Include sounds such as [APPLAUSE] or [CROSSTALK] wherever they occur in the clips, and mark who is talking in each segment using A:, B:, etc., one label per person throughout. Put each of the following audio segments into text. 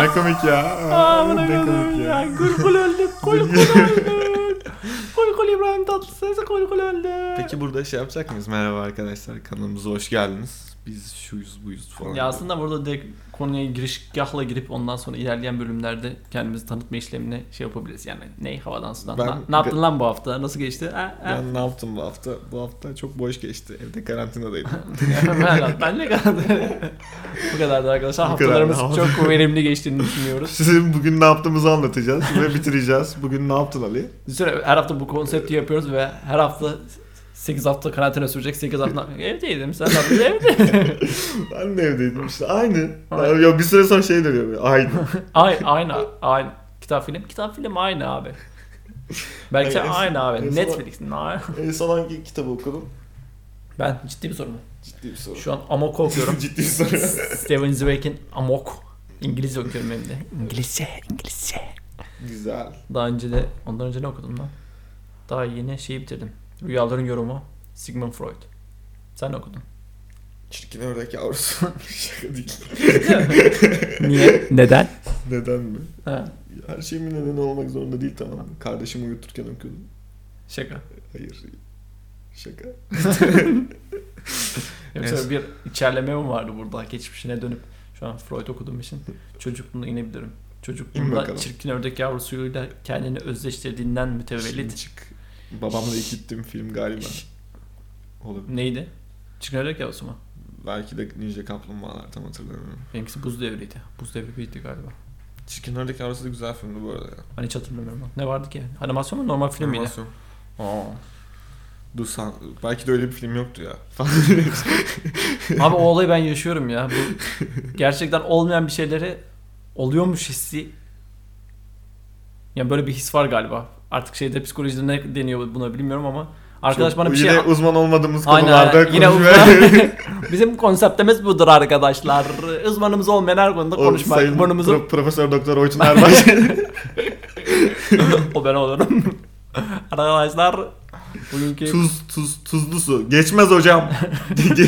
A: ne komik ya.
B: Amına
A: ne
B: koyayım
A: komik
B: ya.
A: ya.
B: Gurgul öldü. Kol kol öldü. Kol kol İbrahim Tatlıses kol kol öldü.
A: Peki burada şey yapacak mıyız? Merhaba arkadaşlar kanalımıza hoş geldiniz. Biz şuyuz buyuz falan.
B: Ya aslında burada direkt konuya girişgahla girip ondan sonra ilerleyen bölümlerde kendimizi tanıtma işlemine şey yapabiliriz. Yani ne havadan sudan.
A: Ben-
B: Na- ne yaptın lan bu hafta? Nasıl geçti? Ha, ha.
A: Ben ne yaptım bu hafta? Bu hafta çok boş geçti. Evde
B: [LAUGHS]
A: karantinadaydım.
B: ben, ben ne kadar Bu kadar da arkadaşlar.
A: Bu kadar da
B: Haftalarımız
A: hafta.
B: çok verimli geçtiğini düşünüyoruz.
A: Sizin bugün ne yaptığımızı anlatacağız ve bitireceğiz. Bugün ne yaptın Ali?
B: Süre, her hafta bu konsepti yapıyoruz ve her hafta 8 hafta karantina sürecek. 8 hafta evdeydim. Sen ne yaptın? Evde.
A: [LAUGHS] Ben de evdeydim işte. Aynı. Ya bir süre sonra şey dönüyor. böyle, Aynı.
B: [LAUGHS] Ay, aynı, aynı. Kitap film, kitap film aynı abi. Belki sen
A: En-
B: aynı
A: en
B: abi.
A: son-
B: Netflix'in aynı.
A: en son hangi kitabı okudun?
B: Ben ciddi bir soru mu?
A: Ciddi bir soru.
B: Şu an Amok okuyorum.
A: [LAUGHS] Ciddi bir soru.
B: Steven Zweig'in Amok. İngilizce okuyorum hem de. İngilizce, İngilizce.
A: Güzel.
B: Daha önce de, ondan önce ne okudum lan? Daha yeni şeyi bitirdim. Rüyaların Yorumu, Sigmund Freud. Sen ne okudun?
A: Çirkin ördek yavrusu. [LAUGHS] Şaka
B: [LAUGHS]
A: değil.
B: Niye? Neden?
A: Neden mi?
B: Ha,
A: Her şeyin bir nedeni olmak zorunda değil tamam mı? Kardeşimi uyuturken okuyordum.
B: şaka.
A: Hayır. Şaka.
B: Yoksa
A: Neyse.
B: bir içerleme mi vardı burada geçmişine dönüp şu an Freud okuduğum için çocukluğuna inebilirim.
A: İn
B: Çocukluğunda
A: bakalım.
B: çirkin ördek yavrusuyla kendini özdeştirdiğinden
A: Şimdi
B: mütevellit.
A: çık. Babamla ilk gittiğim film galiba. Olabilir.
B: Neydi? Çirkin ördek yavrusu mu?
A: Belki de Ninja Kaplumbağalar tam hatırlamıyorum.
B: Benimkisi buz devriydi. Buz devri birdi galiba.
A: Çirkin Ördek Yavrusu da güzel filmdi bu arada ya.
B: Hani hiç hatırlamıyorum. Ne vardı ki? Animasyon mu normal film miydi?
A: Animasyon.
B: Aa.
A: Dusan. Belki de öyle bir film yoktu ya. [LAUGHS]
B: Abi o olayı ben yaşıyorum ya.
A: [LAUGHS]
B: Bu gerçekten olmayan bir şeyleri oluyormuş hissi. Yani böyle bir his var galiba. Artık şeyde psikolojide ne deniyor buna bilmiyorum ama arkadaş
A: Çok-
B: bana bir
A: yine
B: şey
A: uzman olmadığımız konularda
B: Aynen. Yine
A: konuşmaya-
B: uzman.
A: [LAUGHS]
B: Bizim konseptimiz budur arkadaşlar. Uzmanımız olmayan her konuda
A: O
B: konuşmak.
A: sayın
B: Burnumuzu
A: Pro- Profesör Doktor Oytun
B: [LAUGHS]
A: Erbaş.
B: o ben olurum. [LAUGHS] arkadaşlar bugünkü
A: tuz, tuz, tuzlu su. Geçmez hocam.
B: [LAUGHS]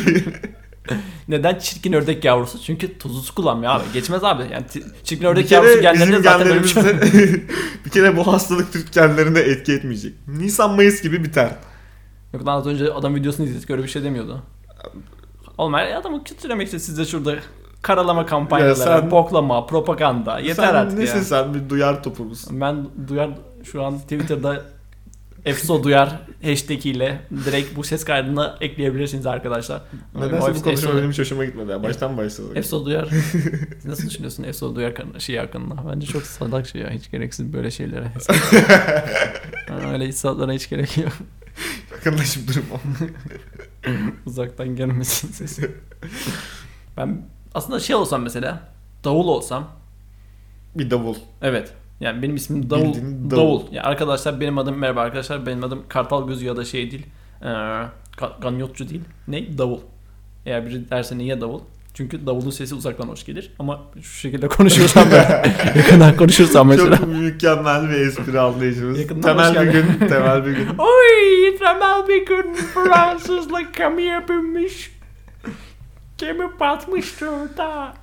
B: neden çirkin ördek yavrusu? Çünkü tuzlu su kullanmıyor abi. Geçmez abi. Yani ti- çirkin
A: bir
B: ördek yavrusu
A: kere
B: genlerinde
A: bizim
B: zaten böyle
A: [LAUGHS]
B: bir şey.
A: genlerimizde bir kere bu hastalık Türk genlerinde etki etmeyecek. Nisan Mayıs gibi biter.
B: [LAUGHS] Yok lan az önce adam videosunu izledik öyle bir şey demiyordu. Oğlum her adamı kötülemek için siz de şurada karalama kampanyaları,
A: Ya sen-
B: boklama, propaganda. Yeter
A: sen
B: artık
A: nesin
B: ya.
A: sen bir duyar topu musun?
B: Ben duyar şu an Twitter'da Efso duyar hashtag ile direkt bu ses kaydını ekleyebilirsiniz arkadaşlar.
A: Nedense bu konuşma
B: Efso-
A: benim hiç hoşuma gitmedi ya. Baştan başladık. [LAUGHS]
B: Efso duyar. Siz Nasıl düşünüyorsun Efso duyar kan- şey hakkında? Bence çok salak şey ya. Hiç gereksiz
A: [LAUGHS]
B: böyle şeylere. Ha, Öyle insanlara hiç gerek yok. [LAUGHS]
A: Yakınlaşıp durma. [LAUGHS]
B: Uzaktan gelmesin sesi. ben aslında şey olsam mesela davul olsam
A: bir davul.
B: evet yani benim ismim davul
A: Bildiğin
B: davul.
A: davul.
B: Yani arkadaşlar benim adım merhaba arkadaşlar benim adım kartal gözü ya da şey değil. Ee, ka- ganyotçu değil. Ne? Davul. Eğer biri derse niye davul? Çünkü davulun sesi uzaktan hoş gelir ama şu şekilde konuşursam
A: [LAUGHS]
B: ben yakından konuşursam mesela.
A: Çok mükemmel bir espri anlayışımız.
B: Yakından hoş
A: temel bir
B: geldin.
A: gün, temel bir
B: [LAUGHS]
A: gün.
B: Oy temel bir gün Fransızlık gemi yapılmış. Gemi batmıştı orada.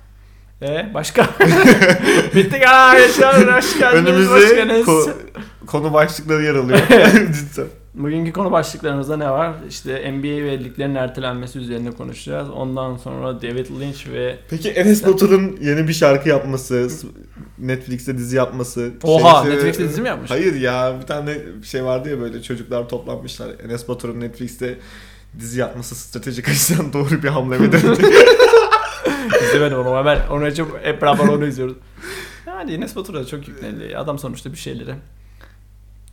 A: [LAUGHS]
B: E başka? Bittik arkadaşlar hoş geldiniz hoş
A: Önümüzde
B: geldiniz.
A: ko- konu başlıkları yer
B: [LAUGHS]
A: alıyor. [LAUGHS] Cidden.
B: Bugünkü konu başlıklarımızda ne var? İşte NBA ve liglerin ertelenmesi üzerine konuşacağız. Ondan sonra David Lynch ve
A: Peki Enes Batur'un yeni bir şarkı yapması, s- Netflix'te dizi yapması.
B: Oha,
A: şeysi-
B: Netflix'te dizi mi yapmış?
A: Hayır ya bir tane şey vardı ya böyle çocuklar toplanmışlar. Enes Batur'un Netflix'te dizi yapması stratejik [LAUGHS] açıdan doğru bir hamle midir?
B: [LAUGHS] izlemedim onu ama ben onu için hep beraber onu izliyoruz. Yani Enes Batur da çok yüklendi. Adam sonuçta bir şeyleri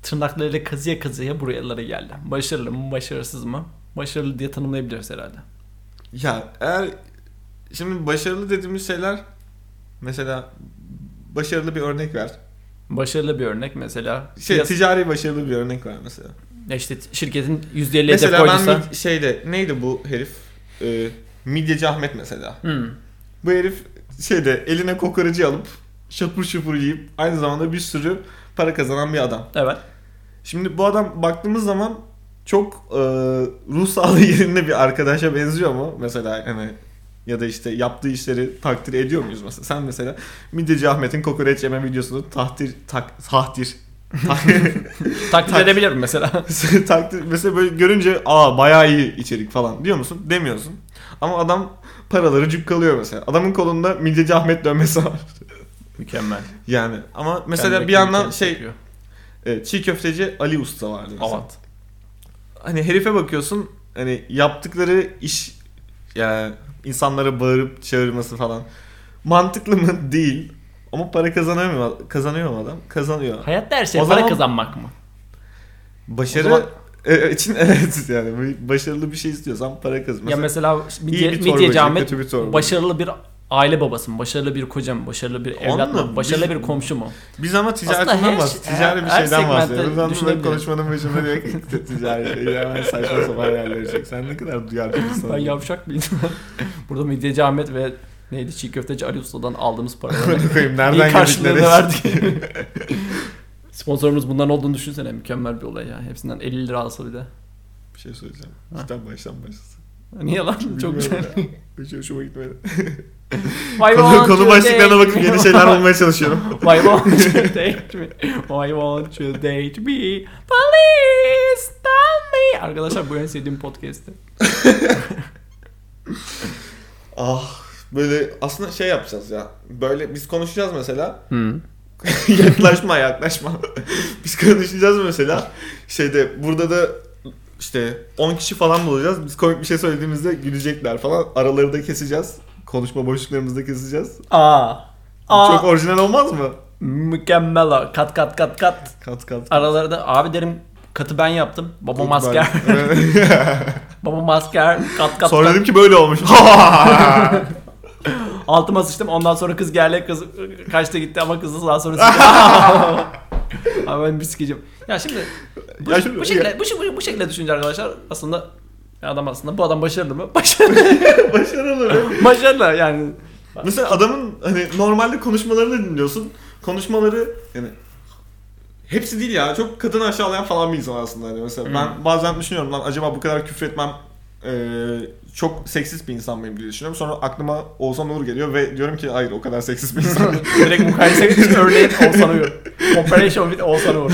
B: tırnaklarıyla kazıya kazıya buralara geldi. Başarılı mı başarısız mı? Başarılı diye tanımlayabiliriz herhalde.
A: ya eğer şimdi başarılı dediğimiz şeyler mesela başarılı bir örnek ver.
B: Başarılı bir örnek mesela.
A: Şey
B: Piyas-
A: ticari başarılı bir örnek ver mesela.
B: ya işte şirketin %50 hedef
A: Mesela ben
B: koyduysa.
A: bir şeyde neydi bu herif? Ee, Midyeci Ahmet mesela.
B: Hmm.
A: Bu herif şeyde eline kokoreci alıp şapur şupur yiyip aynı zamanda bir sürü para kazanan bir adam.
B: Evet.
A: Şimdi bu adam baktığımız zaman [LAUGHS] çok e, ruh sağlığı yerinde bir arkadaşa benziyor mu? Mesela hani ya da işte yaptığı işleri takdir ediyor muyuz mesela? Sen mesela Midyeci Ahmet'in kokoreç yeme videosunu tahtir tak, tahtir [LAUGHS]
B: Taklit
A: Tak- [LAUGHS]
B: edebilirim mesela.
A: takdir mesela böyle görünce aa bayağı iyi içerik falan diyor musun? Demiyorsun. Ama adam paraları cukkalıyor mesela. Adamın kolunda Midyeci Ahmet dönmesi var.
B: Mükemmel.
A: Yani ama mesela
B: Kendine
A: bir yandan
B: kendi
A: şey
B: yapıyor.
A: e, çiğ köfteci Ali Usta vardı mesela.
B: Avant.
A: Hani herife bakıyorsun hani yaptıkları iş yani insanlara bağırıp çağırması falan mantıklı mı? [LAUGHS] Değil. Ama para kazanamıyor kazanıyor mu adam? Kazanıyor.
B: Hayatta her şey
A: O
B: para
A: zaman-
B: kazanmak mı?
A: Başarı
B: O zaman-
A: E, e, için [LAUGHS] evet yani bu- başarılı bir şey istiyorsan para kazan.
B: ya
A: Mesela,
B: mesela
A: iyi
B: Midye,
A: bir
B: Midye
A: torbacı,
B: Cami
A: kötü bir torbacı.
B: başarılı bir aile babası mı? Başarılı bir koca mı? Başarılı bir evlat
A: Onunla
B: mı? Başarılı
A: biz-
B: bir komşu mu?
A: biz ama
B: Aslında
A: ticaretinden
B: her- şey-
A: bahsediyoruz. Ticari bir
B: her- her
A: şeyden
B: segmentte
A: bahsediyoruz. Ben böyle
B: düşünebilirim.
A: konuşmanın başında direkt ticari. Yani saçma sapan yerlere çek. Sen ne kadar duyarlı bir insansın.
B: Ben yavşak mıyım? Burada Midyeci Ahmet ve neydi çiğ köfteci Ali Usta'dan aldığımız paraları
A: Amına koyayım
B: iyi
A: nereden
B: karşılığını
A: geldikleri.
B: verdik. Sponsorumuz bundan olduğunu düşünsene mükemmel bir olay ya. Hepsinden 50 lira alsa bir de.
A: [LAUGHS] Bir şey söyleyeceğim.
B: Ha.
A: Cidden baştan başlasın.
B: Niye lan? Çok güzel.
A: Bilmiyorum ya. Hiç hoşuma
B: [LAUGHS]
A: gitmedi. konu,
B: Why won't
A: konu
B: you
A: başlıklarına
B: date
A: bakıp
B: me?
A: yeni şeyler bulmaya
B: [LAUGHS]
A: çalışıyorum.
B: Why won't you date me? Why won't you date me? Please tell me. Arkadaşlar bu en sevdiğim podcast'ti.
A: ah böyle aslında şey yapacağız ya. Böyle biz konuşacağız mesela. [LAUGHS] yaklaşma yaklaşma. [LAUGHS] Biz konuşacağız mesela. Şeyde burada da işte 10 kişi falan bulacağız. Biz komik bir şey söylediğimizde gülecekler falan. Araları da keseceğiz. Konuşma boşluklarımızı da keseceğiz.
B: Aa. Aa.
A: Çok orijinal olmaz mı?
B: mükemmel. o. Kat kat kat kat.
A: Kat kat.
B: Aralarda abi derim katı ben yaptım. Baba masker.
A: [LAUGHS]
B: [LAUGHS] Baba masker. Kat kat
A: Sonra
B: kat.
A: dedim ki böyle olmuş. [LAUGHS]
B: Altıma sıçtım. Ondan sonra kız geldi. Kız kaçta gitti ama kızı daha sonra sıçtı. [LAUGHS] Abi ben bir sikeceğim. Ya şimdi bu,
A: Ya şimdi-
B: bu şekilde, bu, bu, bu şekilde düşünce arkadaşlar aslında ya adam aslında bu adam başarılı mı? [LAUGHS] Başarılı.
A: [LAUGHS] Başarılı.
B: başarılı yani.
A: Mesela adamın hani normalde konuşmalarını dinliyorsun. Konuşmaları yani hepsi değil ya. Çok kadın aşağılayan falan bir insan aslında hani mesela.
B: Hmm.
A: Ben bazen düşünüyorum lan acaba bu kadar küfretmem eee, çok seksist bir insan mıyım diye düşünüyorum. Sonra aklıma Oğuzhan Uğur geliyor ve diyorum ki hayır o kadar seksist bir
B: [LAUGHS]
A: insan değil.
B: Direkt mukayese etmiş örneğin Oğuzhan Uğur. Operation with Oğuzhan Uğur.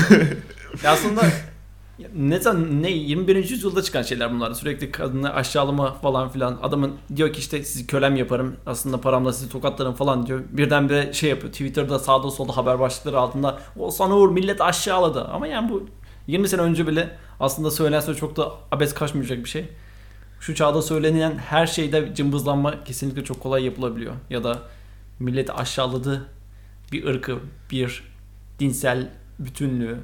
B: Ya aslında ne zaman ne 21. yüzyılda çıkan şeyler bunlar. Sürekli kadını aşağılama falan filan. Adamın diyor ki işte sizi kölem yaparım. Aslında paramla sizi tokatlarım falan diyor. Birdenbire şey yapıyor. Twitter'da sağda solda haber başlıkları altında Oğuzhan Uğur millet aşağıladı. Ama yani bu 20 sene önce bile aslında söylense çok da abes kaçmayacak bir şey. Şu çağda söylenilen her şeyde cımbızlanma kesinlikle çok kolay yapılabiliyor. Ya da milleti aşağıladı bir ırkı, bir dinsel bütünlüğü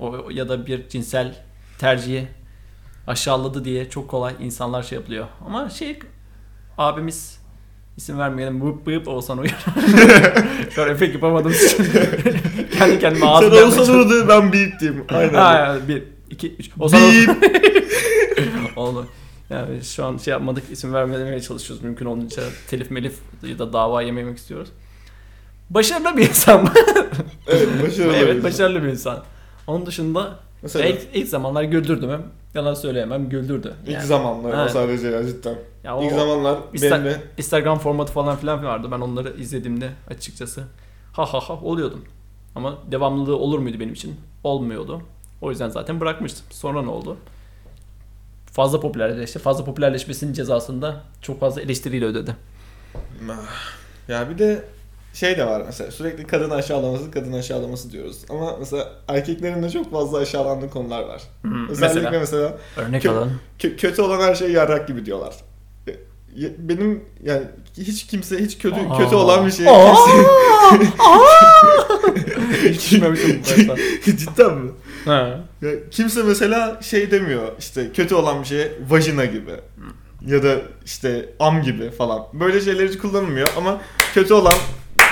B: o, ya da bir cinsel tercihi aşağıladı diye çok kolay insanlar şey yapılıyor. Ama şey abimiz isim vermeyelim bıp bıp Oğuzhan Uyar. Şu an efekt yapamadım. [LAUGHS] Kendi kendime
A: Sen
B: ağzım
A: Oğuzhan Uğur'du ben beat diyeyim. Aynen.
B: Ha, bir, iki, üç. Oğuzhan Uğur-
A: Beep.
B: [LAUGHS] Oldu. Yani şu an şey yapmadık, isim vermemeye çalışıyoruz mümkün olduğunca. Telif melif ya da dava yememek istiyoruz. Başarılı bir insan mı?
A: Evet başarılı. bir
B: evet
A: insan.
B: başarılı bir insan. Onun dışında
A: Mesela
B: ilk, ilk zamanlar güldürdü mü? Yalan söyleyemem güldürdü.
A: ilk
B: Yani.
A: zamanlar ama
B: Evet.
A: sadece ya cidden.
B: Ya o
A: İlk zamanlar
B: İster-
A: benim de
B: Instagram formatı falan filan vardı. Ben onları izlediğimde açıkçası ha ha ha oluyordum. Ama devamlılığı olur muydu benim için? Olmuyordu. O yüzden zaten bırakmıştım. Sonra ne oldu? Fazla popülerleşti. Fazla popülerleşmesinin cezasında çok fazla eleştiriyle ödedi.
A: Ah. Ya bir de şey de var mesela sürekli kadın aşağılaması kadın aşağılaması diyoruz. Ama mesela erkeklerin de çok fazla aşağılandığı konular var.
B: Hmm,
A: Özellikle mesela,
B: mesela örnek
A: kö-
B: alalım.
A: kö- kötü olan her şey yarrak gibi diyorlar. E, ye- Benim yani hiç kimse hiç kötü
B: Aa.
A: kötü olan bir şey [LAUGHS]
B: Aa!
A: kimse-
B: [LAUGHS] Hiç düşünmemiştim bu [LAUGHS] başta.
A: [LAUGHS] Cidden mi?
B: Ha.
A: Ya kimse mesela şey demiyor işte kötü olan bir şeye vajina gibi
B: Hmm.
A: ya da işte am gibi falan. Böyle şeyler hiç kullanılmıyor ama kötü olan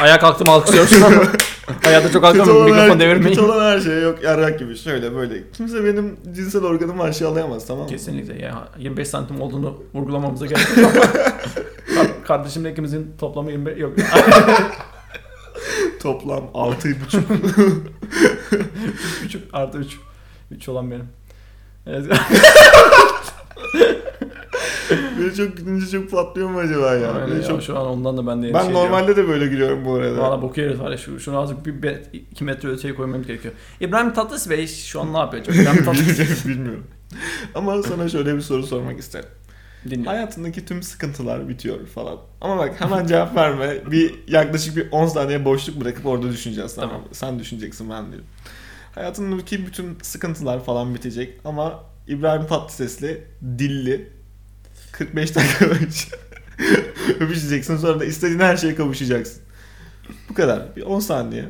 B: Ayağa kalktım alkışlıyoruz.
A: [LAUGHS]
B: Hayatta çok
A: Kötü
B: alkışlamıyorum.
A: olan,
B: Mikrofon
A: her, kötü
B: devirmeyin.
A: olan her şey yok yarrak gibi şöyle böyle. Kimse benim cinsel organımı aşağılayamaz tamam mı?
B: Kesinlikle ya. 25 santim olduğunu vurgulamamıza gerek yok. [LAUGHS] Kar- Kardeşimle ikimizin toplamı 25 [LAUGHS] yok.
A: Toplam 6,5.
B: [LAUGHS] Küçük artı 3. 3 olan benim. Evet.
A: Böyle çok gülünce çok patlıyor mu acaba ya?
B: [LAUGHS] Aynen
A: Böyle
B: ya,
A: çok...
B: Şu an şey ondan da ben de
A: Ben
B: endişe ediyorum.
A: normalde de böyle gülüyorum bu arada. [LAUGHS]
B: Valla boku herif var ya şu, şunu azıcık bir, bir iki metre öteye koymam gerekiyor. İbrahim Tatlıses Bey şu an ne yapıyor? acaba? İbrahim [LAUGHS] Tatlıses
A: Bilmiyorum, Bilmiyorum. Ama sana şöyle bir soru sormak isterim.
B: dinle.
A: Hayatındaki tüm sıkıntılar bitiyor falan. Ama bak hemen cevap verme. Bir yaklaşık bir 10 saniye boşluk bırakıp orada düşüneceğiz tamam.
B: Tamam.
A: mı? Sen düşüneceksin ben diyorum. Hayatındaki bütün sıkıntılar falan bitecek ama İbrahim Tatlıses'li dilli 45 dakika önce [LAUGHS] öpüşeceksin sonra da istediğin her şeye kavuşacaksın. Bu kadar. Bir 10 saniye.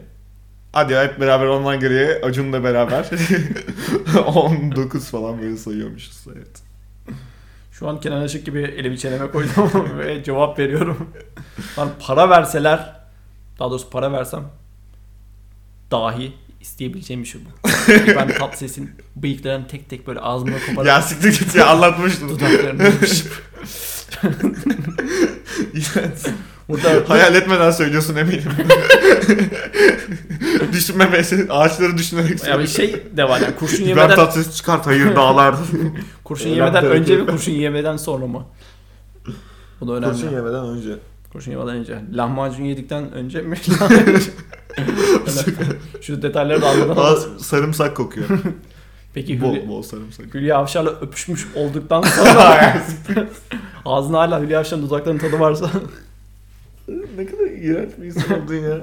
A: Hadi ya, hep beraber ondan geriye Acun'la beraber [LAUGHS] 19 falan böyle sayıyormuşuz. Evet.
B: Şu an Kenan Işık gibi elimi çeneme koydum [LAUGHS] ve cevap veriyorum. Lan para verseler, daha doğrusu para versem dahi isteyebileceğim bir şey bu. İbrahim Tatlıses'in bıyıklarını tek tek böyle ağzımla koparıp
A: Ya siktir git ya anlatmıştım.
B: dudaklarını yapışıp.
A: İğrenç.
B: [LAUGHS] Burada
A: [LAUGHS] [LAUGHS] Hayal etmeden söylüyorsun eminim. [LAUGHS] Düşünmemesi, ağaçları düşünerek
B: ya bir
A: söylüyorsun.
B: şey de var yani kurşun
A: İbrahim
B: yemeden
A: Tatlıses çıkart hayır dağlar.
B: kurşun
A: Ben
B: yemeden
A: de-
B: önce mi kurşun yemeden sonra mı? Bu da [LAUGHS] önemli.
A: Kurşun yemeden önce.
B: Kurşun yemeden önce. Lahmacun yedikten önce mi? [LAUGHS] Şu detayları da anlatamam.
A: Ağız- sarımsak
B: [LAUGHS]
A: kokuyor.
B: Peki
A: bol
B: Hülya,
A: bol sarımsak.
B: Hülya Avşar'la öpüşmüş olduktan [LAUGHS] sonra ağzına hala Hülya Avşar'ın dudaklarının tadı varsa [LAUGHS]
A: ne kadar iğrenç bir insan oldun ya.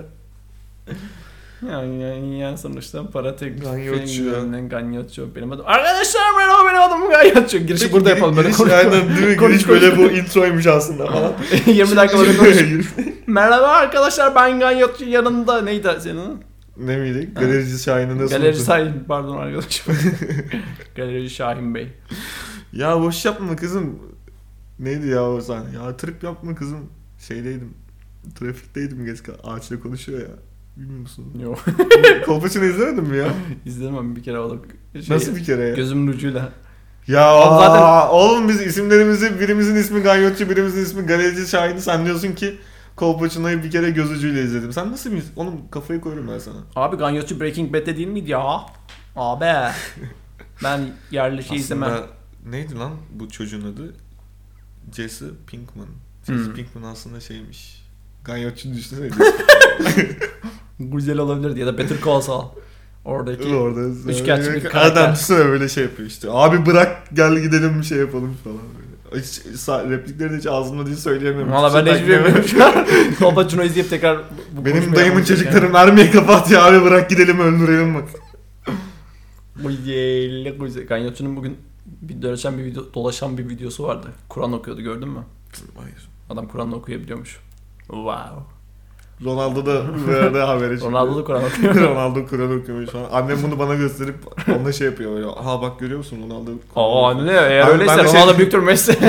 B: yani, yani, yani sonuçta para tek
A: Ganyotçu.
B: Ganyotçu. Ganyotçu benim adım. Arkadaşlar merhaba benim adım Ganyotçu. Girişi
A: Peki,
B: burada
A: giriş-
B: yapalım. Böyle
A: giriş-
B: konuş-
A: Aynen değil mi?
B: [LAUGHS] konuş-
A: Giriş
B: konuş-
A: böyle bu introymuş aslında falan.
B: [LAUGHS] 20 dakika böyle
A: [LAUGHS]
B: konuş.
A: Giriş-
B: Merhaba arkadaşlar ben Ganyotçu yanımda neydi senin? adın?
A: ne miydi? Galerici Şahin'i nasıl
B: Galeri
A: unuttun?
B: Şahin pardon [LAUGHS] arkadaşım. Galeri Şahin Bey.
A: Ya boş yapma kızım. Neydi ya o sahne? Ya trip yapma kızım. Şeydeydim. Trafikteydim geç kal- Ağaçla konuşuyor ya. Bilmiyor
B: [LAUGHS]
A: musun?
B: Yok
A: Kolpaçını izlemedin mi ya?
B: izlemem bir kere olup.
A: Nasıl bir kere ya?
B: Gözümün ucuyla.
A: ya
B: Oğlum Şey, zaten-
A: aa, oğlum biz isimlerimizi birimizin ismi Ganyotçu birimizin ismi Galerici Şahin'i sen diyorsun ki Kolpaçınayı bir kere göz ucuyla izledim. Sen nasıl bir... Oğlum kafayı koyarım ben sana.
B: Abi Ganyotçu Breaking Bad'de değil miydi ya? Abi.
A: [LAUGHS]
B: Ben yerli şey izlemem.
A: Aslında neydi lan bu çocuğun adı? Jesse Pinkman. Jesse
B: Hmm.
A: Pinkman aslında şeymiş. Ganyotçu düşünsene.
B: Güzel olabilirdi ya da Better Call Saul. Oradaki.
A: Orada
B: üçkağıtçı bir karakter.
A: Adam düşünsene böyle şey yapıyor işte. Abi bırak gel gidelim bir şey yapalım falan böyle. Hiç, sa- replikleri de hiç ağzımda değil söyleyemiyorum.
B: Valla ben de hiçbir şey
A: Saklayamıyorum.
B: bilmiyorum şu [LAUGHS] an. Kolpa Cuno izleyip tekrar
A: Benim
B: bu konuşmayı
A: dayımın
B: yapmak istiyorum.
A: çocukları mermiye kapat ya abi bırak gidelim öldürelim bak.
B: Güzel, güzel. Ganyotçu'nun bugün bir dolaşan bir video, dolaşan bir videosu vardı. Kur'an okuyordu gördün mü?
A: Hayır.
B: Adam Kur'an okuyabiliyormuş. Wow.
A: Ronaldo da
B: [LAUGHS]
A: böyle haberi çıktı.
B: Ronaldo
A: [LAUGHS]
B: da Kur'an okuyor.
A: Ronaldo Kur'an okuyor şu an. Annem bunu bana gösterip onunla şey yapıyor böyle. Aha bak görüyor musun Ronaldo Kur'an
B: Aa
A: okuyor."
B: ne eğer
A: Ben-
B: öyleyse
A: ben de şey-
B: Ronaldo büyüktür Messi.
A: [LAUGHS]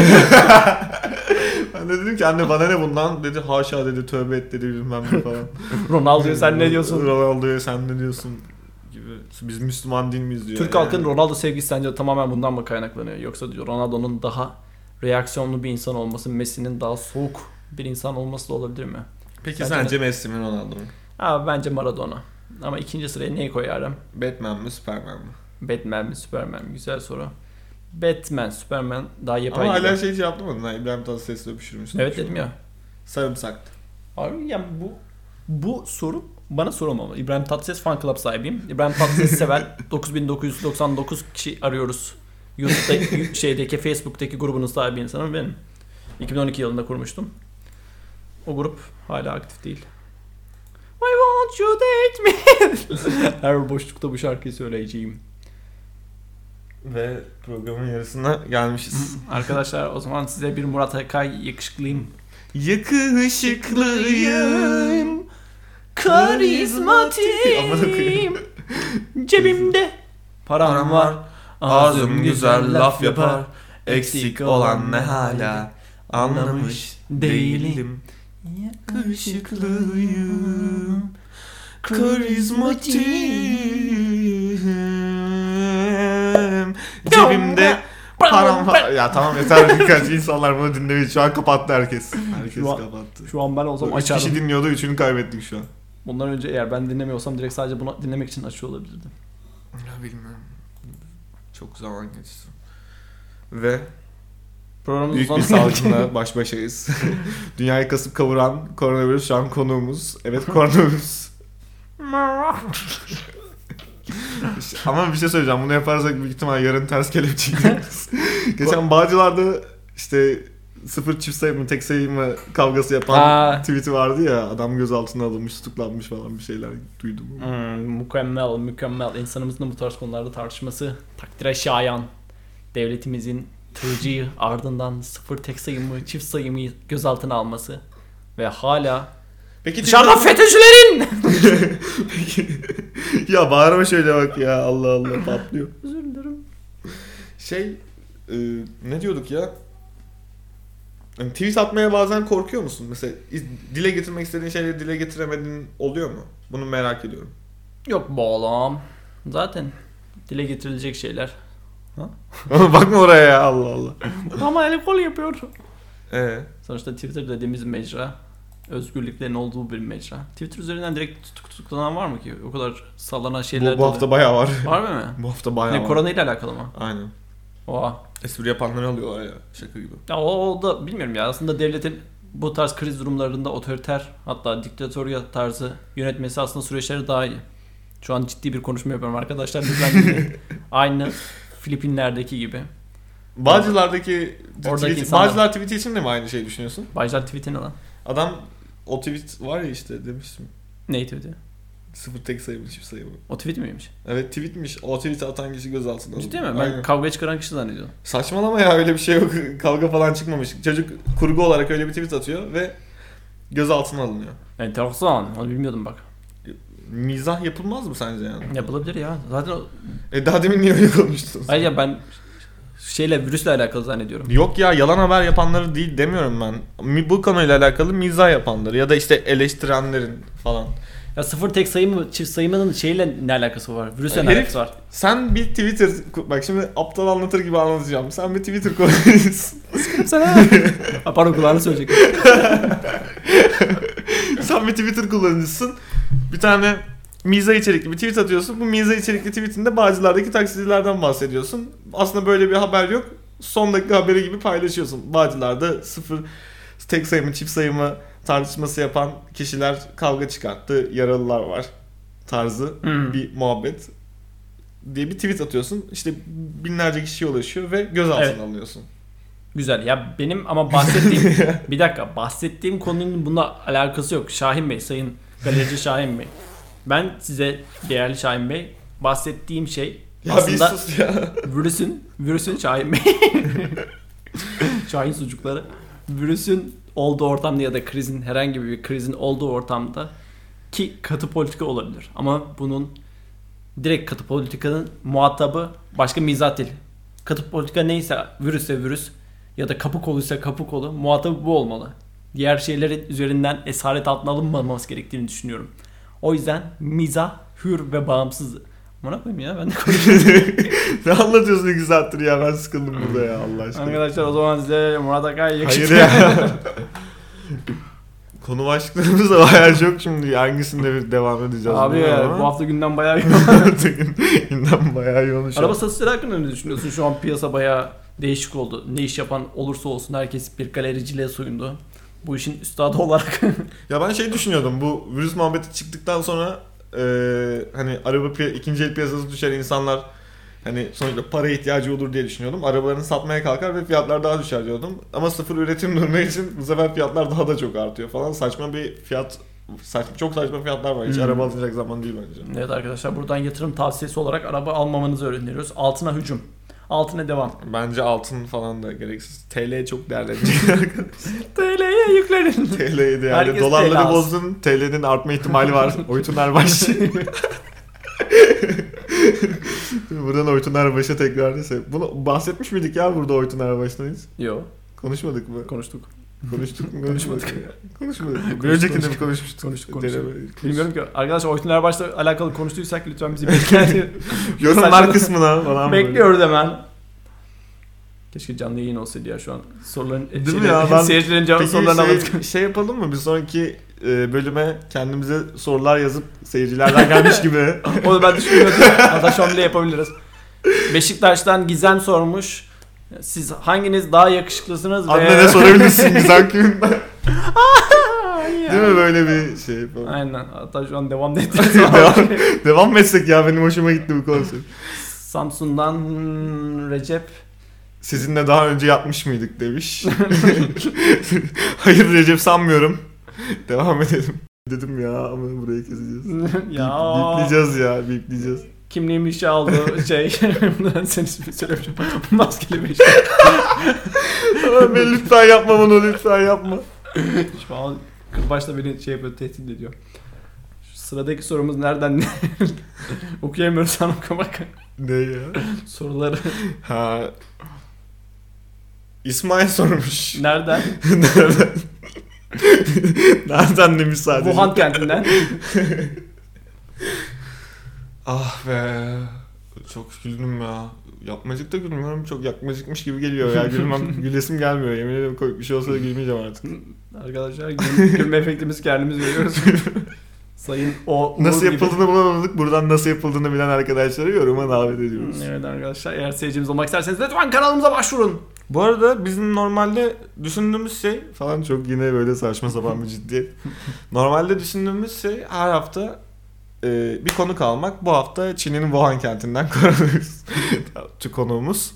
A: Ben de dedim ki anne bana ne bundan? Dedi haşa dedi tövbe et dedi bilmem ne falan.
B: Ronaldo'ya sen ne diyorsun?
A: Ronaldo'ya sen ne diyorsun? Gibi. Biz Müslüman değil miyiz diyor.
B: Türk
A: yani.
B: halkının Ronaldo sevgisi sence tamamen bundan mı kaynaklanıyor? Yoksa diyor Ronaldo'nun daha reaksiyonlu bir insan olması, Messi'nin daha soğuk bir insan olması da olabilir mi?
A: Peki
B: Sence
A: sence, Messi mi Ronaldo mu?
B: Abi bence Maradona. Ama ikinci sıraya neyi koyarım?
A: Batman mı Superman mı?
B: Batman mi, Superman mi? Güzel soru. Batman, Superman daha yapay
A: Ama
B: gibi.
A: hala şey cevaplamadın ha İbrahim Tatlıses'le öpüşürmüşsün.
B: Evet dedim ya.
A: Sarımsak.
B: Abi yani bu bu soru bana sorulmamalı. İbrahim Tatlıses fan club sahibiyim. İbrahim Tatlıses [LAUGHS] seven 9999 kişi arıyoruz. YouTube'da şeydeki Facebook'taki grubunun sahibi insanım benim. 2012 yılında kurmuştum. O grup hala aktif değil. Why won't you date me? [LAUGHS] Her boşlukta bu şarkıyı söyleyeceğim.
A: Ve programın yarısına gelmişiz.
B: Arkadaşlar o zaman size bir Murat Akay yakışıklıyım.
A: Yakışıklıyım. Aman okuyayım.
B: Karizmatiğim. [LAUGHS] Cebimde param var.
A: Ağzım güzel laf yapar. Eksik olan ne hala anlamış değilim. Yakışıklıyım. Karizmatiğim. Cebimde param var. Ya tamam yeter birkaç insanlar bunu dinlemiyor. Şu an kapattı herkes. Herkes
B: Şu an-
A: kapattı.
B: Şu an ben olsam
A: Üç kişi
B: açardım.
A: dinliyordu, üçünü kaybettik şu an.
B: Bundan önce eğer ben dinlemiyorsam direkt sadece bunu dinlemek için açıyor olabilirdim.
A: Ya bilmiyorum. Çok zaman geçti. Ve
B: Programımız
A: Büyük bir salgınla baş başayız. [LAUGHS] Dünyayı kasıp kavuran koronavirüs şu an konuğumuz. Evet
B: [LAUGHS]
A: koronavirüs. Ama bir şey söyleyeceğim. Bunu yaparsak büyük ihtimal yarın ters kelepçe gideriz. [LAUGHS] Geçen Bağcılar'da işte sıfır çift sayı mı tek sayı mı kavgası yapan
B: Ha.
A: tweet'i vardı ya. Adam gözaltına alınmış, tutuklanmış falan bir şeyler duydum.
B: [LAUGHS] Hmm, mükemmel, mükemmel. İnsanımızın bu tarz konularda tartışması takdire şayan. Devletimizin tırcıyı ardından sıfır tek sayımı, çift sayımı gözaltına alması. Ve hala
A: Peki
B: dışarıda FETÖ'cülerin!
A: [LAUGHS] Peki. ya bağırma şöyle bak ya Allah Allah patlıyor.
B: Özür dilerim.
A: Şey e, ne diyorduk ya? Yani tweet atmaya bazen korkuyor musun? Mesela iz- dile getirmek istediğin şeyleri dile getiremediğin oluyor mu? Bunu merak ediyorum.
B: Yok bağlam. Zaten dile getirilecek şeyler.
A: [LAUGHS] Bakma oraya ya Allah Allah.
B: Ama eli kol yapıyor.
A: Ee,
B: Sonuçta Twitter dediğimiz mecra özgürlüklerin olduğu bir mecra. Twitter üzerinden direkt tutuk tutuklanan var mı ki? O kadar sallanan şeyler
A: bu, bu hafta bayağı
B: [LAUGHS]
A: var. [LAUGHS]
B: var mı?
A: bu hafta bayağı
B: Ne
A: var.
B: korona ile alakalı mı?
A: Aynen.
B: Oha.
A: Espri yapanları alıyorlar ya şaka gibi.
B: Ya o, o da bilmiyorum ya aslında devletin bu tarz kriz durumlarında otoriter hatta diktatöryal tarzı yönetmesi aslında süreçleri daha iyi. Şu an ciddi bir konuşma yapıyorum arkadaşlar
A: [LAUGHS]
B: lütfen dinleyin. Aynı Filipinler'deki gibi.
A: Bağcılar'daki
B: Oradaki
A: tweet,
B: insanlar-
A: Bağcılar tweeti için de mi aynı şeyi düşünüyorsun?
B: Baycar tweet'i ne lan?
A: Adam o tweet var ya işte demiştim.
B: Ne tweet'i?
A: Sıfır tek sayı çift sayı bu.
B: O tweet miymiş?
A: Evet tweetmiş. O tweet'i atan kişi gözaltına alındı.
B: Ciddi mi? Ben
A: Aynen.
B: kavga çıkaran kişi zannediyordum.
A: Saçmalama ya öyle bir şey yok. Kavga falan çıkmamış. Çocuk kurgu olarak öyle bir tweet atıyor ve gözaltına alınıyor.
B: Enteresan. Onu bilmiyordum bak.
A: Mizah yapılmaz mı sence yani?
B: Yapılabilir ya. Zaten o...
A: E daha demin niye öyle konuştunuz?
B: Ayrıca ben şeyle virüsle alakalı zannediyorum.
A: Yok ya yalan haber yapanları değil demiyorum ben. Mi- Bu konuyla alakalı mizah yapanları ya da işte eleştirenlerin falan.
B: Ya sıfır tek sayı mı çift sayımının şeyle ne alakası var? Virüsle ne
A: Herif-
B: alakası [LAUGHS] var?
A: Sen bir Twitter ku- bak şimdi aptal anlatır gibi anlatacağım. Sen bir Twitter kullanıyorsun.
B: Sana. Pardon kulağını söyleyecek.
A: [LAUGHS] Sen bir Twitter kullanıcısın. Bir tane miza içerikli bir tweet atıyorsun. Bu miza içerikli tweetinde Bağcılar'daki taksicilerden bahsediyorsun. Aslında böyle bir haber yok. Son dakika haberi gibi paylaşıyorsun. Bağcılar'da sıfır tek sayımı çift sayımı tartışması yapan kişiler kavga çıkarttı. Yaralılar var tarzı
B: Hmm.
A: bir muhabbet diye bir tweet atıyorsun. İşte binlerce kişiye ulaşıyor ve gözaltına
B: Evet.
A: alınıyorsun.
B: Güzel. Ya benim ama [LAUGHS] bahsettiğim bir dakika bahsettiğim konunun bununla alakası yok. Şahin Bey, sayın galerici Şahin Bey. Ben size değerli Şahin Bey bahsettiğim şey
A: Ya
B: aslında
A: bir sus ya.
B: virüsün virüsün Şahin Bey. [LAUGHS] Şahin sucukları. Virüsün olduğu ortamda ya da krizin herhangi bir krizin olduğu ortamda ki katı politika olabilir. Ama bunun direkt katı politikanın muhatabı başka mizah değil. Katı politika neyse virüsse virüs ya da kapı koluysa kapı kolu muhatabı bu olmalı. Diğer şeylerin üzerinden esaret altına alınmaması gerektiğini düşünüyorum. O yüzden mizah hür ve bağımsız. Amına koyayım ya ben de
A: [LAUGHS] ne anlatıyorsun iki saattir ya ben sıkıldım burada ya Allah aşkına.
B: Arkadaşlar o zaman size Murat Akay
A: Hayır [LAUGHS]
B: yakışıklı. [LAUGHS]
A: ya. Konu başlıklarımız da bayağı çok şimdi hangisinde bir devam edeceğiz.
B: Abi
A: bilmiyorum [LAUGHS]
B: bu
A: ama. Şey-
B: hafta gündem bayağı yoğun.
A: Gündem bayağı yoğun şu
B: Araba
A: an.
B: satışları hakkında ne düşünüyorsun? Şu an piyasa bayağı değişik oldu. Ne iş yapan olursa olsun herkes bir galericiliğe soyundu. Bu işin üstadı olarak. [LAUGHS]
A: Ya ben şey düşünüyordum bu virüs muhabbeti çıktıktan sonra e, hani araba piya- ikinci el piyasası düşer insanlar hani sonuçta para ihtiyacı olur diye düşünüyordum. Arabalarını satmaya kalkar ve fiyatlar daha düşer diyordum. Ama sıfır üretim [LAUGHS] durumu için bu sefer fiyatlar daha da çok artıyor falan. Saçma bir fiyat saç- çok saçma fiyatlar var. Hiç
B: Hmm.
A: araba alınacak zaman değil bence.
B: evet arkadaşlar buradan yatırım tavsiyesi olarak araba almamanızı öğreniyoruz. Altına hücum. Altına devam.
A: Bence altın falan da gereksiz. TL çok değerlenecek.
B: TL'ye yüklenin. [LAUGHS]
A: TL'ye de yani.
B: Herkes TL
A: Dolarları
B: alsın.
A: bozdun, TL'nin artma ihtimali
B: [LAUGHS]
A: var. Oytun Erbaş. Buradan Oytun Erbaş'a tekrar neyse. Bunu bahsetmiş mıydık ya burada Oytun Erbaş'tan hiç?
B: Yo
A: Konuşmadık mı?
B: konuştuk.
A: Konuştuk mu?
B: Konuşmadık.
A: ya. Konuşmadık. Bir
B: Konuştuk,
A: öncekinde mi
B: konuştuk.
A: konuşmuştuk?
B: Konuştuk,
A: TL'ye
B: konuştuk.
A: konuştuk.
B: Bilmiyorum ki arkadaşlar Oytun Erbaş'la alakalı konuştuysak
A: [LAUGHS]
B: lütfen bizi bekleyin.
A: Yorumlar
B: Saçma-
A: kısmına falan böyle.
B: Bekliyoruz hemen. Keşke canlı yayın olsaydı ya şu an. Soruların
A: Değil mi
B: şeylerin- [LAUGHS]
A: ya? Ben-
B: seyircilerin cevap
A: Peki
B: sorularına [LAUGHS]
A: şey, şey yapalım mı? Bir sonraki e, bölüme kendimize sorular yazıp seyircilerden gelmiş
B: [LAUGHS]
A: gibi.
B: Onu ben düşünmüyordum. Hatta şu an bile yapabiliriz. Beşiktaş'tan Gizem sormuş. Siz hanginiz daha yakışıklısınız? ve-
A: Annene sorabilirsin
B: [LAUGHS]
A: güzel kim? Değil mi böyle bir şey falan.
B: Aynen. Hatta şu an devam
A: devam,
B: edelim.
A: devam mı etsek ya benim hoşuma gitti bu konsept.
B: Samsun'dan
A: [LAUGHS]
B: hmm, Recep.
A: Sizinle daha önce yapmış mıydık
B: [LAUGHS]
A: demiş. Hayır Recep sanmıyorum. Devam edelim. Dedim ya ama burayı keseceğiz.
B: ya.
A: Bip- Bipleyeceğiz ya bipleyeceğiz. [LAUGHS]
B: Kimliğimi işe aldı şey. [LAUGHS] ben senin ismini söylemeyeceğim. Maskeli bir şey.
A: Abi lütfen yapma bunu lütfen yapma.
B: Şu an başta beni şey yapıyor tehdit ediyor. Şu sıradaki sorumuz nereden? [LAUGHS] Okuyamıyoruz hanım bak.
A: Ne ya?
B: Soruları
A: Ha. İsmail sormuş.
B: nereden?
A: [LAUGHS] Nereden? Nereden demiş sadece.
B: Wuhan kentinden.
A: Ah be. Çok güldüm ya. Yapmacık da gülmüyorum. Çok yakmacıkmış gibi geliyor ya. Gülmem, gülesim gelmiyor. Yemin ederim komik bir şey olsa da gülmeyeceğim artık.
B: Arkadaşlar gül- gülme efektimiz kendimiz
A: [LAUGHS]
B: veriyoruz. Sayın o Uğur
A: Nasıl
B: gibi.
A: yapıldığını bulamadık. Buradan nasıl yapıldığını bilen arkadaşları yoruma davet ediyoruz.
B: Evet arkadaşlar eğer seyircimiz olmak isterseniz lütfen kanalımıza başvurun.
A: Bu arada bizim normalde düşündüğümüz şey falan çok yine böyle saçma sapan bir ciddiyet. normalde düşündüğümüz şey her hafta e, bir konuk almak. Bu hafta Çin'in Wuhan kentinden [LAUGHS] konuğumuz. Şu konuğumuz.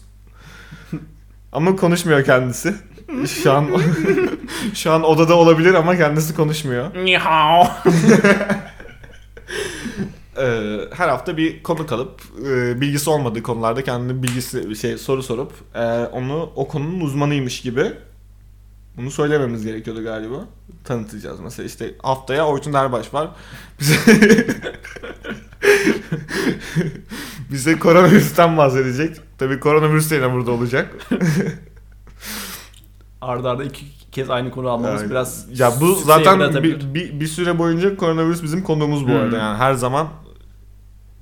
A: Ama konuşmuyor kendisi. Şu an [LAUGHS] şu an odada olabilir ama kendisi konuşmuyor.
B: Ni hao.
A: E, her hafta bir konuk alıp e, bilgisi olmadığı konularda kendini bilgisi şey soru sorup e, onu o konunun uzmanıymış gibi bunu söylememiz gerekiyordu galiba. Tanıtacağız mesela işte haftaya Orçun Derbaş var. Bize [LAUGHS] bize koronavirüsten bahsedecek. Tabii koronavirüs de yine burada olacak.
B: Arda arda iki kez aynı konu almamız
A: Yani-
B: biraz
A: Ya bu
B: sükseyi
A: zaten
B: yaratabilir.
A: bir, bir, bir süre boyunca koronavirüs bizim konumuz bu
B: Hmm.
A: arada. Yani her zaman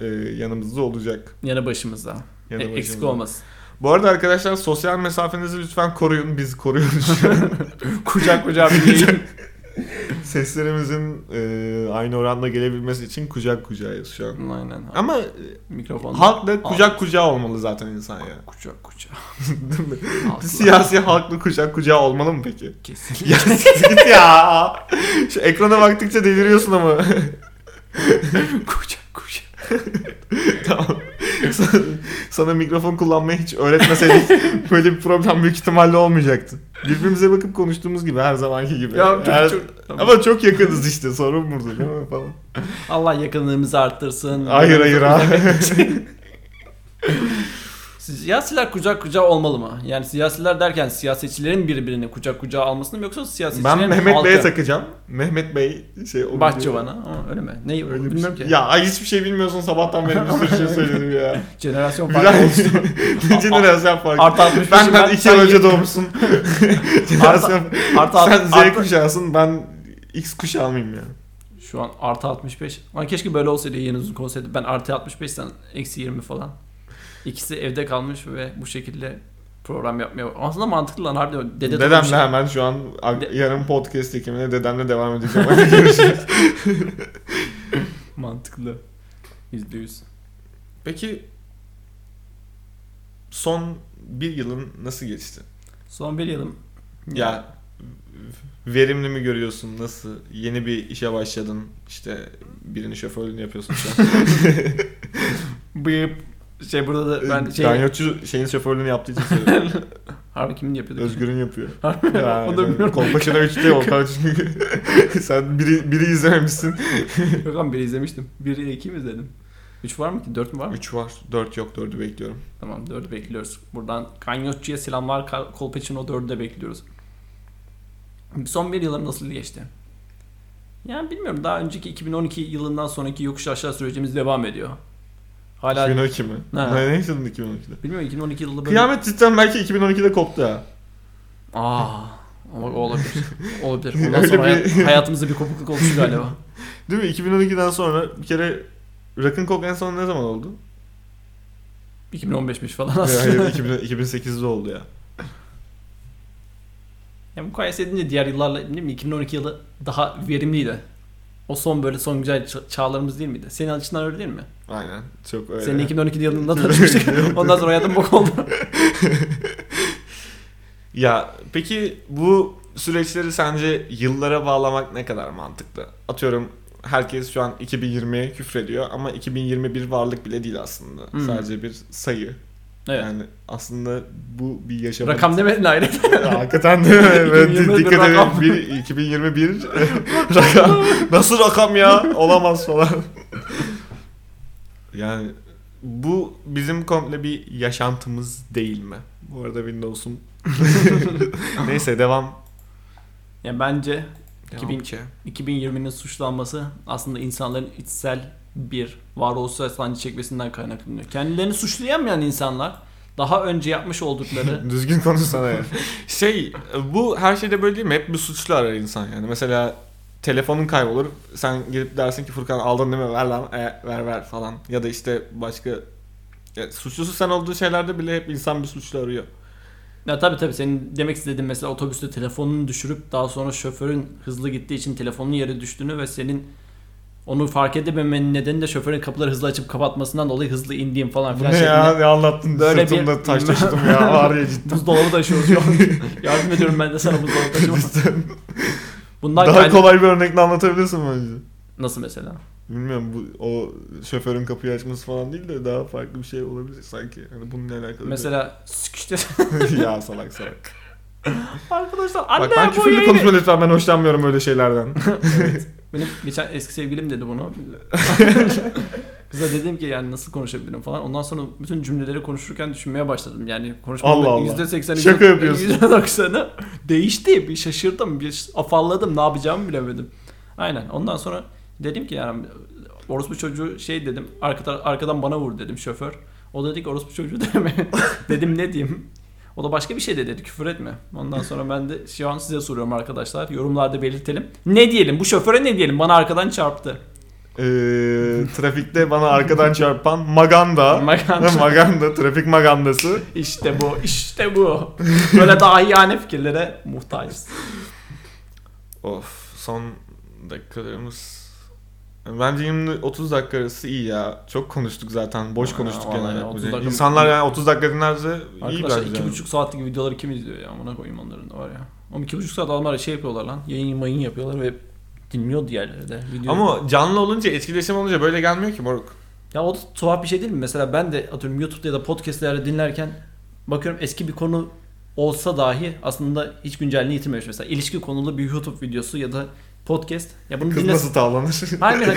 A: e, yanımızda olacak.
B: yanı başımızda.
A: Yanı
B: E, Eksik
A: başımızda.
B: olmasın.
A: Bu arada arkadaşlar sosyal mesafenizi lütfen koruyun. Biz koruyoruz. şu [LAUGHS] an.
B: Kucak kucak bir
A: [LAUGHS]
B: yayın.
A: Seslerimizin e, aynı oranda gelebilmesi için kucak kucağıyız şu an.
B: Aynen.
A: Ama e,
B: Mikrofon.
A: halkla kucak kucağı olmalı zaten insan ya.
B: kucak kucak.
A: [LAUGHS] Değil mi?
B: Halkla.
A: Siyasi halkla kucak kucağı olmalı mı peki? [LAUGHS]
B: Kesin.
A: ya siz git ya. Şu ekrana baktıkça deliriyorsun ama.
B: kucak kucak.
A: [LAUGHS] tamam. Sana, sana mikrofon kullanmayı hiç öğretmeseydik [LAUGHS] böyle bir problem büyük ihtimalle olmayacaktı. Birbirimize bakıp konuştuğumuz gibi her zamanki gibi.
B: Ya, çok-
A: Her-
B: çok- tamam.
A: Ama çok yakınız işte sorun burada değil mi falan.
B: Allah yakınlığımızı arttırsın.
A: Hayır hayır hayır.
B: Siyasiler kucak kucağa olmalı mı? Yani siyasiler derken siyasetçilerin birbirini kucak kucağa almasını mı yoksa
A: [LAUGHS]
B: siyasetçilerin
A: ben Mehmet
B: halkı?
A: Bey'e takacağım. Mehmet Bey şey o
B: Bahçıvan'a. Ama öyle mi? Neyi
A: Öyle
B: öyle
A: bilmem
B: bilmiyorum
A: ki.
B: ki.
A: Ya ay, hiçbir şey bilmiyorsun sabahtan beri bir sürü şey söyledim [LAUGHS] ya.
B: Jenerasyon farkı
A: Biraz [LAUGHS]
B: oluştu.
A: jenerasyon farkı.
B: Artı 65 'im
A: Benden
B: ben,
A: 2
B: sen
A: yıl önce
B: yirmi.
A: [LAUGHS] doğmuşsun. jenerasyon.
B: Artı,
A: Sen
B: artı,
A: Z
B: artı,
A: kuşağısın ben X kuşağı mıyım ya?
B: Şu an artı 65. Lan keşke böyle olsaydı yeni uzun konsepti. Ben artı 65 sen eksi 20 falan. İkisi evde kalmış ve bu şekilde program yapmıyor. Aslında mantıklı lan harbiden. Dede
A: Dedemle
B: tutmuş.
A: hemen şu an
B: De-
A: yarın podcast ekimine dedemle devam edeceğim. Hadi görüşürüz.
B: Mantıklı. %100.
A: Peki son bir yılın nasıl geçti?
B: Son bir yılım.
A: Ya verimli mi görüyorsun? Nasıl? Yeni bir işe başladın. İşte birinin şoförlüğünü yapıyorsun şu an.
B: Bıyıp şey burada da [LAUGHS]
A: Ee,
B: ben şey
A: Danyotçu şeyin şoförlüğünü yaptığı için
B: [LAUGHS]
A: söylüyorum.
B: harbi kimin yapıyordu? [LAUGHS] ki?
A: Özgür'ün yapıyor.
B: Harbi mi?
A: Yani,
B: o da bilmiyorum.
A: Kolpaçino 3'te
B: [LAUGHS]
A: o kadar çünkü. [LAUGHS] Sen biri, biri izlememişsin.
B: Yok ama biri izlemiştim. Biri iki mi izledim? Üç var mı ki? Dört mü var mı?
A: 3 var. 4 yok. 4'ü bekliyorum.
B: Tamam dördü bekliyoruz. Buradan Kanyotçu'ya selamlar. Ka- Kolpaçino dördü de bekliyoruz. Son bir yılım nasıl geçti? Yani bilmiyorum. Daha önceki 2012 yılından sonraki yokuş aşağı sürecimiz devam ediyor. Hala
A: 2012 mi?
B: Ha.
A: Ne, ne yaşadın 2012'de?
B: bilmiyorum 2012 yılında böyle...
A: Kıyamet cidden belki 2012'de koptu ya.
B: Aa, Ah, o-
A: [LAUGHS]
B: o olabilir. olabilir.
A: Öyle
B: Ondan sonra
A: bir-
B: hayat- hayatımızda bir kopukluk
A: [LAUGHS]
B: oluştu galiba.
A: Değil mi? 2012'den sonra bir kere Rock'n Coke en son ne zaman oldu?
B: 2015'miş falan
A: Hayır,
B: [LAUGHS] aslında.
A: hayır 2000 2008'de oldu ya.
B: Ya mukayese edince diğer yıllarla ne bileyim 2012 yılı daha verimliydi. O son böyle son güzel ça- çağlarımız değil miydi? Senin açından öyle değil mi?
A: Aynen. Çok öyle. [LAUGHS]
B: [LAUGHS] Senin 2012 yılında tanışmıştık. Ondan sonra hayatım bok oldu.
A: Ya peki bu süreçleri sence yıllara bağlamak ne kadar mantıklı? Atıyorum herkes şu an 2020'ye küfrediyor ama 2021 varlık bile değil aslında.
B: Hmm.
A: Sadece bir sayı.
B: Evet.
A: Yani aslında bu bir yaşam.
B: Rakam demedin ayrı. [LAUGHS]
A: Hakikaten değil mi? Ben
B: 2021
A: dikkat edin.
B: rakam.
A: Bir- [LAUGHS] 2021 rakam. Nasıl rakam ya? Olamaz falan. yani bu bizim komple bir yaşantımız değil mi? Bu arada [LAUGHS] Windows'um. Neyse devam.
B: Yani bence
A: Devam
B: 2000
A: ki.
B: 2020'nin suçlanması aslında insanların içsel bir varoluşsal sancı çekmesinden kaynaklanıyor. Kendilerini suçlayamayan insanlar daha önce yapmış oldukları
A: Düzgün konuşsana ya. [LAUGHS] şey bu her şeyde böyle değil mi? Hep bir suçlu arar insan yani. Mesela telefonun kaybolur. Sen gelip dersin ki Furkan aldın değil mi? Ver lan. E, ver ver falan. Ya da işte başka ya, suçlusu sen olduğu şeylerde bile hep insan bir suçlu arıyor.
B: Ya tabii tabii senin demek istediğin mesela otobüste telefonunu düşürüp daha sonra şoförün hızlı gittiği için telefonun yere düştüğünü ve senin onu fark edememenin nedeni de şoförün kapıları hızlı açıp kapatmasından dolayı hızlı indiğim falan
A: Bu
B: filan
A: ne ya?
B: şeklinde.
A: Ne anlattın?
B: Böyle şey, bir- [LAUGHS]
A: Sırtımda taş taşıdım ya. Var ya cidden.
B: Buzdolabı taşıyoruz şu an. [LAUGHS] Yardım ediyorum ben de sana
A: [LAUGHS]
B: buzdolabı taşıma. Bundan
A: Daha
B: kaynak-
A: kolay bir örnekle anlatabilirsin bence.
B: Nasıl mesela?
A: Bilmiyorum bu o şoförün kapıyı açması falan değil de daha farklı bir şey olabilir sanki. Hani bununla alakalı. bir-
B: Mesela sıkıştı.
A: [LAUGHS] ya salak salak.
B: Arkadaşlar anne
A: Bak ben
B: bu
A: küfürlü
B: yayını.
A: konuşma lütfen ben hoşlanmıyorum öyle [LAUGHS] şeylerden.
B: evet. Benim geçen eski sevgilim dedi
A: [LAUGHS]
B: bunu. Kıza dedim ki yani nasıl konuşabilirim falan. Ondan sonra bütün cümleleri konuşurken düşünmeye başladım. Yani
A: Allah
B: konuşmamın
A: Allah.
B: %80'i
A: Şaka yapıyorsun.
B: %90'ı [LAUGHS] değişti. Bir şaşırdım, bir afalladım. Ne yapacağımı bilemedim. Aynen. Ondan sonra dedim ki yani orospu çocuğu şey dedim. Arkadan, arkadan bana vur dedim şoför. O da dedi ki orospu çocuğu deme. [LAUGHS] dedim ne diyeyim? O da başka bir şey de dedi küfür etme. Ondan sonra ben de şu an size soruyorum arkadaşlar. Yorumlarda belirtelim. Ne diyelim bu şoföre ne diyelim bana arkadan çarptı.
A: Ee, trafikte bana arkadan çarpan Maganda.
B: Maganda.
A: [LAUGHS] Maganda, trafik magandası.
B: İşte bu işte bu. Böyle dahiyane fikirlere muhtacız.
A: Of son dakikalarımız. Bence 20 30 dakika arası iyi ya. Çok konuştuk zaten. Boş
B: Ya,
A: konuştuk
B: vallahi
A: yani.
B: ya, 30
A: Bence
B: dakika-
A: İnsanlar yani 30 dakika dinlerse iyi
B: Arkadaşlar
A: bence.
B: iki
A: yani.
B: buçuk saatlik videoları kim izliyor ya? Ona koyayım onların da var ya. Oğlum iki buçuk saat adamlar şey yapıyorlar lan. Yayın mayın yapıyorlar ve dinliyor diğerleri de. Video
A: Ama canlı olunca, etkileşim olunca böyle gelmiyor ki moruk.
B: Ya o da tuhaf bir şey değil mi? Mesela ben de atıyorum YouTube'da ya da podcastlerde dinlerken bakıyorum eski bir konu olsa dahi aslında hiç güncelliğini yitirmemiş. Mesela ilişki konulu bir YouTube videosu ya da podcast. Ya bunu
A: Kız
B: dinle...
A: nasıl tavlanır?
B: [LAUGHS] Hayır mesela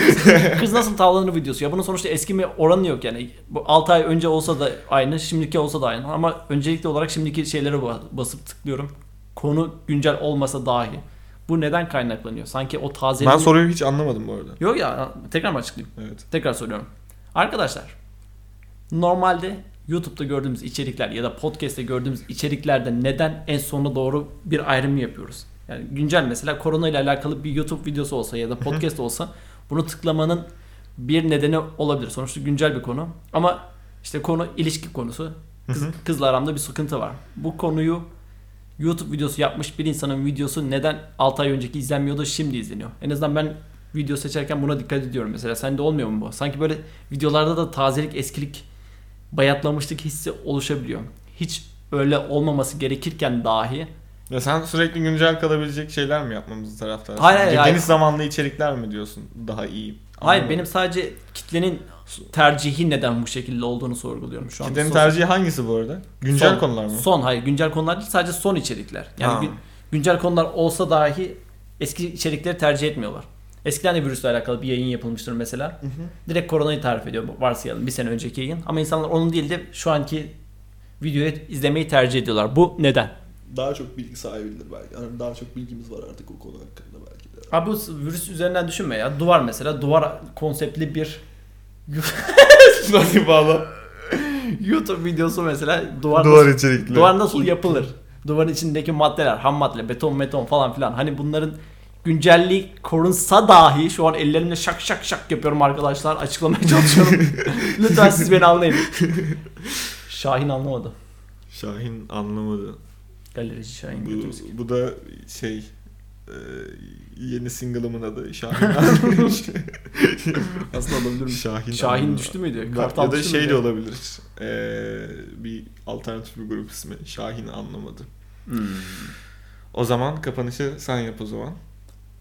B: kız, kız nasıl tavlanır videosu. Ya bunun sonuçta eski mi oranı yok yani. Bu 6 ay önce olsa da aynı, şimdiki olsa da aynı. Ama öncelikli olarak şimdiki şeylere ba- basıp tıklıyorum. Konu güncel olmasa dahi. Bu neden kaynaklanıyor? Sanki o
A: [LAUGHS]
B: taze...
A: ben soruyu hiç anlamadım bu arada.
B: Yok ya tekrar mı açıklayayım?
A: Evet.
B: Tekrar soruyorum. Arkadaşlar normalde YouTube'da gördüğümüz içerikler ya da podcast'te gördüğümüz içeriklerde neden en sona doğru bir ayrım yapıyoruz? Yani güncel mesela korona ile alakalı bir YouTube videosu olsa ya da podcast olsa bunu tıklamanın bir nedeni olabilir. Sonuçta güncel bir konu ama işte konu ilişki konusu. Kız, kızla aramda bir sıkıntı var. Bu konuyu YouTube videosu yapmış bir insanın videosu neden 6 ay önceki izlenmiyordu şimdi izleniyor. En azından ben video seçerken buna dikkat ediyorum mesela. Sende olmuyor mu bu? Sanki böyle videolarda da tazelik, eskilik, bayatlamışlık hissi oluşabiliyor. Hiç öyle olmaması gerekirken dahi
A: Ya sen sürekli güncel kalabilecek şeyler mi yapmamızı taraftarsın?
B: Hayır,
A: Ya
B: hayır,
A: Geniş
B: hayır.
A: zamanlı içerikler mi diyorsun daha iyi?
B: Hayır
A: Anlamadım.
B: benim sadece kitlenin tercihi neden bu şekilde olduğunu sorguluyorum şu an.
A: Kitlenin
B: Son-
A: tercihi hangisi bu arada? Güncel
B: son-
A: konular mı?
B: Son hayır güncel konular değil sadece son içerikler. Yani
A: Ha.
B: gün- güncel konular olsa dahi eski içerikleri tercih etmiyorlar. Eskiden de virüsle alakalı bir yayın yapılmıştır mesela. Direkt koronayı tarif ediyor varsayalım bir sene önceki yayın. Ama insanlar onun değil de şu anki videoyu izlemeyi tercih ediyorlar. Bu neden?
C: şey- daha çok bilgi sahibidir belki. Yani daha çok bilgimiz var artık o konu hakkında belki de.
B: Abi bu virüs üzerinden düşünme ya. Duvar mesela duvar konseptli bir [LAUGHS]
A: Nasıl bağlı?
B: YouTube videosu mesela duvar
A: Duvar içerikli.
B: Duvar nasıl yapılır? Duvarın içindeki maddeler, ham madde, beton, beton falan filan. Hani bunların güncelliği korunsa dahi şu an ellerimle şak şak şak yapıyorum arkadaşlar.
A: [LAUGHS]
B: Açıklamaya çalışıyorum. Lütfen siz beni anlayın. Şahin anlamadı.
A: Şahin anlamadı.
B: Galerici Şahin.
A: Bu,
B: götürüz.
A: bu da şey e, yeni single'ımın adı
B: [LAUGHS]
A: Şahin anlamış.
B: Aslında olabilir
A: Şahin,
B: mi? Şahin
A: anlamadı.
B: düştü müydü?
A: Bak,
B: Kartal
A: ya da
B: düştü
A: şey
B: müydü?
A: de olabilir. E, bir alternatif bir grup ismi. Şahin anlamadı.
B: Hmm.
A: O zaman kapanışı sen yap o zaman.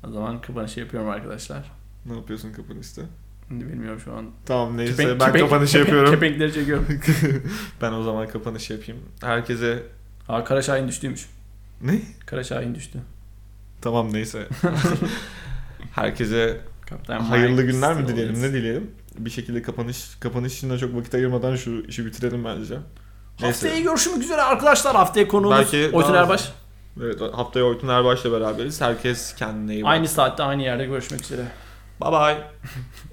B: O zaman kapanışı yapıyorum arkadaşlar.
A: Ne yapıyorsun kapanışta?
B: Şimdi bilmiyorum şu an.
A: Tamam neyse
B: Kepenk-
A: ben
B: kepenk-
A: kapanışı
B: kepenk-
A: yapıyorum.
B: Kepenkleri
A: [LAUGHS]
B: çekiyorum.
A: ben o zaman kapanış yapayım. Herkese [LAUGHS]
B: Aa Kara Şahin düştüymüş.
A: ne?
B: Kara Şahin düştü.
A: Tamam neyse. Herkese
B: Kaptan
A: hayırlı
B: Mike
A: günler mi
B: Stevens.
A: dileyelim ne dileyelim? Bir şekilde kapanış kapanış için de çok vakit ayırmadan şu işi bitirelim bence. Neyse.
B: Haftaya görüşmek üzere arkadaşlar. Haftaya konuğumuz
A: Belki
B: Oytun
A: daha-
B: Erbaş.
A: Evet haftaya Oytun Erbaş'la beraberiz. Herkes kendine iyi bak.
B: Aynı saatte aynı yerde görüşmek üzere.
A: Bye bye.